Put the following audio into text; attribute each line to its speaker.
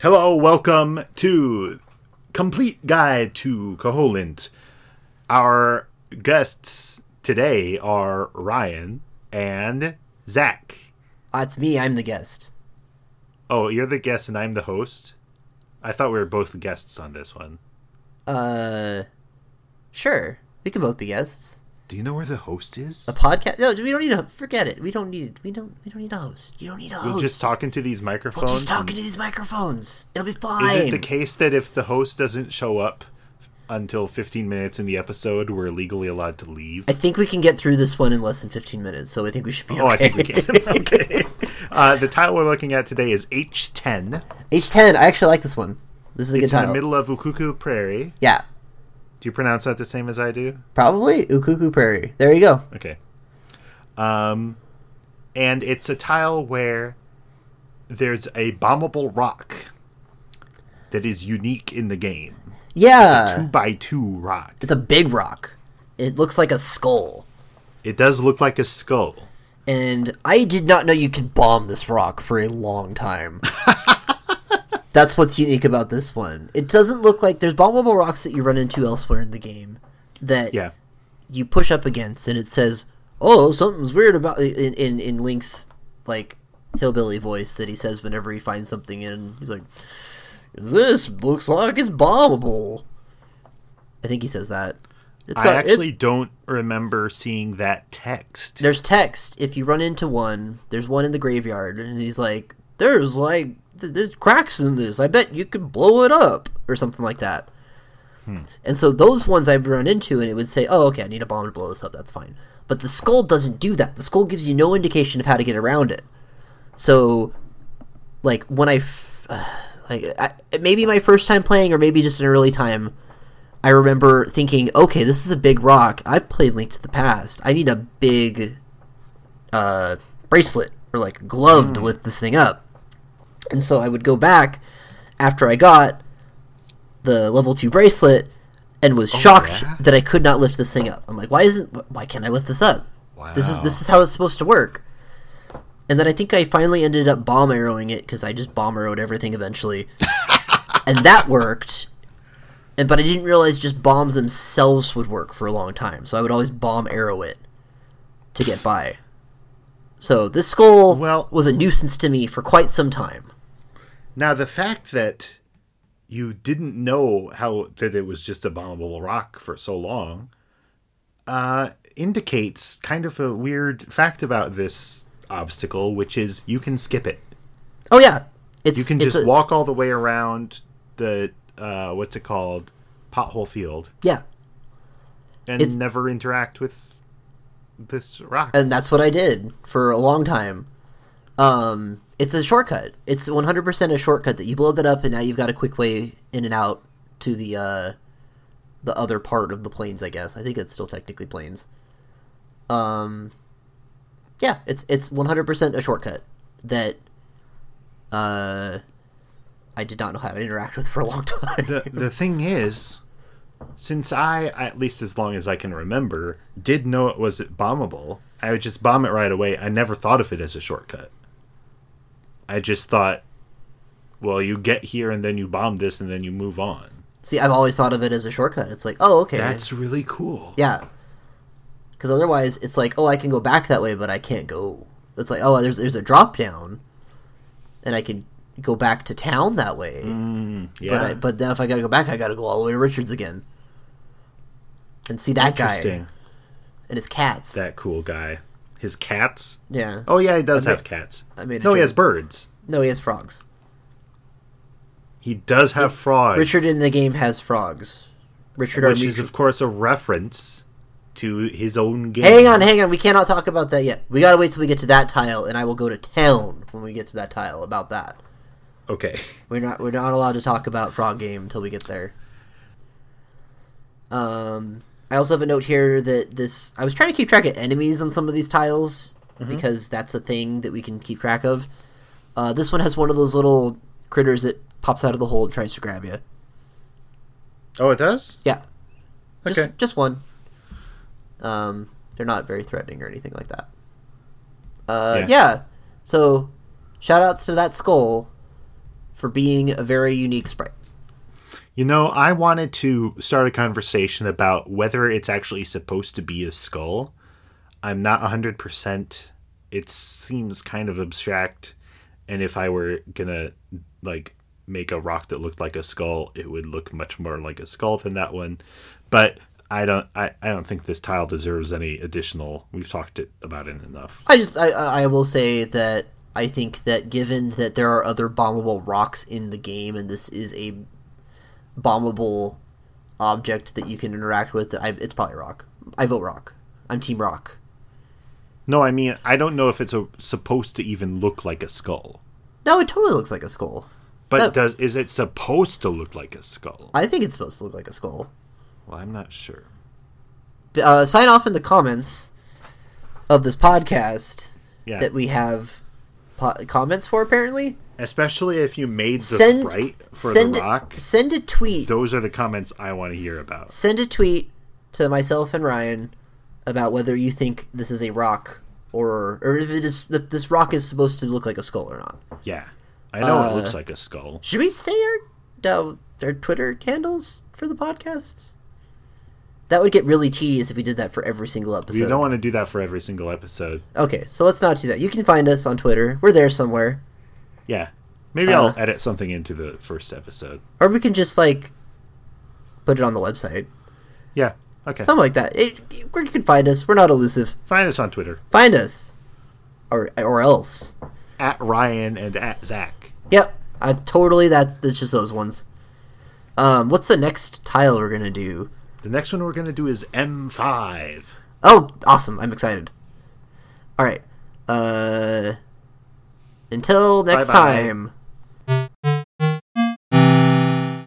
Speaker 1: Hello, welcome to Complete Guide to Koholint. Our guests today are Ryan and Zach.
Speaker 2: Uh, it's me. I'm the guest.
Speaker 1: Oh, you're the guest and I'm the host? I thought we were both guests on this one.
Speaker 2: Uh, sure. We can both be guests.
Speaker 1: Do you know where the host is?
Speaker 2: A podcast? No, we don't need a. Forget it. We don't need. We don't. We don't need a host. You don't need a host.
Speaker 1: We're just talking to these
Speaker 2: We're
Speaker 1: microphones.
Speaker 2: just talking
Speaker 1: and
Speaker 2: to these microphones. It'll be
Speaker 1: Is
Speaker 2: fine.
Speaker 1: it the case that if the host doesn't show up until 15 minutes in the episode, we're legally allowed to leave?
Speaker 2: I think we can get through this one in less than 15 minutes, so I think we should be okay.
Speaker 1: Oh, I think we can. okay. Uh, the title we're looking at today is H10.
Speaker 2: H10. I actually like this one. This is a
Speaker 1: It's
Speaker 2: good
Speaker 1: in the
Speaker 2: title.
Speaker 1: middle of Ukuku Prairie.
Speaker 2: Yeah,
Speaker 1: Do you pronounce that the same as I do?
Speaker 2: probably Ukuku Prairie. There you go.
Speaker 1: Okay. Um, and it's a tile where there's a bombable rock that is unique in the game.
Speaker 2: Yeah,
Speaker 1: Two by two rock.
Speaker 2: it's a big rock. It looks like a skull.
Speaker 1: It does look like a skull.
Speaker 2: and I did not know you could bomb this rock for a long time. That's what's unique about this one. It doesn't look like there's bombable rocks that you run into elsewhere in the game that
Speaker 1: Yeah.
Speaker 2: you push up against, and it says, "Oh, something's weird about." In in, in Link's like hillbilly voice that he says whenever he finds something, in he's like, "This looks like it's bombable." I think he says that. It's
Speaker 1: I
Speaker 2: got- it-
Speaker 1: actually don't remember seeing that text.
Speaker 2: there's text if you run into one there's one in the graveyard and he's like there's like th- there's cracks in this i bet you could blow it up or something like that and so those ones i've run into and it would say oh okay i need a bomb to blow this up that's fine but the skull doesn't do that the skull gives you no indication of how to get around it so like when i f- like I, maybe my first time playing or maybe just an early time I remember thinking, okay, this is a big rock. I've played Link to the Past. I need a big uh, bracelet or like glove
Speaker 1: Hmm.
Speaker 2: to lift this thing up. And so I would go back after I got the level two bracelet and was shocked
Speaker 1: Oh, yeah?
Speaker 2: that I could not lift this thing up. I'm like, why isn't wh- why can't I lift this up? This is
Speaker 1: Wow.
Speaker 2: this is how it's supposed to work. And then I think I finally ended up bomb arrowing it because I just bomb arrowed everything eventually, and that worked. And but I didn't realize just bombs themselves would work for a long time, so I would always bomb arrow it to get by. So this skull
Speaker 1: Well-
Speaker 2: was a nuisance to me for quite some time.
Speaker 1: Now, the fact that you didn't know how that it was just a bombable rock for so long uh, indicates kind of a weird fact about this obstacle, which is you can skip it.
Speaker 2: Oh yeah, it's
Speaker 1: You can
Speaker 2: it's
Speaker 1: just
Speaker 2: a-
Speaker 1: walk all the way around the uh, what's it called pothole field
Speaker 2: Yeah,
Speaker 1: and
Speaker 2: It's-
Speaker 1: never interact with this rock.
Speaker 2: and that's what I did for a long time. Um, it's a shortcut. It's 100% a shortcut that you blow that up, and now you've got a quick way in and out to the uh, the other part of the plains. I guess I think it's still technically plains. Um, yeah, it's it's 100% a shortcut that uh, I did not know how to interact with for a long time.
Speaker 1: the the thing is, since I at least as long as I can remember did know it was bombable, I would just bomb it right away. I never thought of it as a shortcut. I just thought, well, you get here and then you bomb this and then you move on.
Speaker 2: See, I've always thought of it as a shortcut. It's like, oh, okay,
Speaker 1: That's really cool.
Speaker 2: Yeah. Because otherwise, it's like, oh, I can go back that way, but I can't go. It's like, oh, there's there's a drop down, and I can go back to town that way.
Speaker 1: Mm-hmm. Yeah,
Speaker 2: But I, but now if I gotta go back, I gotta go all the way to Richards again, and see that guy
Speaker 1: interesting.
Speaker 2: and his cats.
Speaker 1: That cool guy, his cats.
Speaker 2: yeah.
Speaker 1: Oh yeah, he does
Speaker 2: I made-
Speaker 1: have cats.
Speaker 2: I made a
Speaker 1: no, he
Speaker 2: joke.
Speaker 1: has birds.
Speaker 2: No, he has frogs.
Speaker 1: He does have frogs.
Speaker 2: Richard in the game has frogs. Richard, our
Speaker 1: which is
Speaker 2: mutual-
Speaker 1: of course a reference to his own game.
Speaker 2: Hang on, hang on. We cannot talk about that yet. We gotta wait till we get to that tile, and I will go to town when we get to that tile about that.
Speaker 1: Okay.
Speaker 2: We're not we're not allowed to talk about Frog Game until we get there. Um, I also have a note here that this I was trying to keep track of enemies on some of these tiles
Speaker 1: Mm-hmm.
Speaker 2: because that's a thing that we can keep track of. Uh, this one has one of those little critters that pops out of the hole and tries to grab you.
Speaker 1: Oh, it does.
Speaker 2: Yeah, just,
Speaker 1: Okay.
Speaker 2: just one. Um, they're not very threatening or anything like that. Uh,
Speaker 1: Yeah.
Speaker 2: yeah. So, shout outs to that skull for being a very unique sprite.
Speaker 1: You know, I wanted to start a conversation about whether it's actually supposed to be a skull. I'm not 100%. It seems kind of abstract. And if I were going to, like, make a rock that looked like a skull, it would look much more like a skull than that one. But. I don't. I, I don't think this tile deserves any additional. We've talked it, about it enough.
Speaker 2: I just I I I will say that I think that given that there are other bombable rocks in the game and this is a bombable object that you can interact with, I, it's probably rock. I vote rock. I'm team rock.
Speaker 1: No, I mean I don't know if it's a, supposed to even look like a skull.
Speaker 2: No, it totally looks like a skull.
Speaker 1: But
Speaker 2: That-
Speaker 1: does is it supposed to look like a skull?
Speaker 2: I think it's supposed to look like a skull.
Speaker 1: Well, I'm not sure.
Speaker 2: Uh, sign off in the comments of this podcast
Speaker 1: Yeah.
Speaker 2: that we have po- comments for apparently.
Speaker 1: Especially if you made the
Speaker 2: send
Speaker 1: sprite for
Speaker 2: send
Speaker 1: the rock.
Speaker 2: send a tweet.
Speaker 1: Those are the comments I want to hear about.
Speaker 2: send a tweet to myself and Ryan about whether you think this is a rock or or if it is if this rock is supposed to look like a skull or not.
Speaker 1: Yeah. I know it
Speaker 2: Uh,
Speaker 1: looks like a skull.
Speaker 2: Should we say our uh, our Twitter handles for the podcasts? That would get really tedious if we did that for every single episode.
Speaker 1: You don't want to do that for every single episode.
Speaker 2: Okay, so let's not do that. You can find us on Twitter. We're there somewhere.
Speaker 1: Yeah. Maybe
Speaker 2: Uh,
Speaker 1: I'll edit something into the first episode.
Speaker 2: Or we can just like put it on the website.
Speaker 1: Yeah. Okay.
Speaker 2: Something like that. It, where you can find us. We're not elusive.
Speaker 1: Find us on Twitter
Speaker 2: Find us. Or or else.
Speaker 1: at Ryan and at Zach.
Speaker 2: Yep, I totally. That that's just those ones. Um, what's the next tile we're gonna do?
Speaker 1: The next one we're gonna do is M5.
Speaker 2: Oh, awesome! I'm excited. All right. Uh, until next
Speaker 1: Bye-bye.
Speaker 2: time.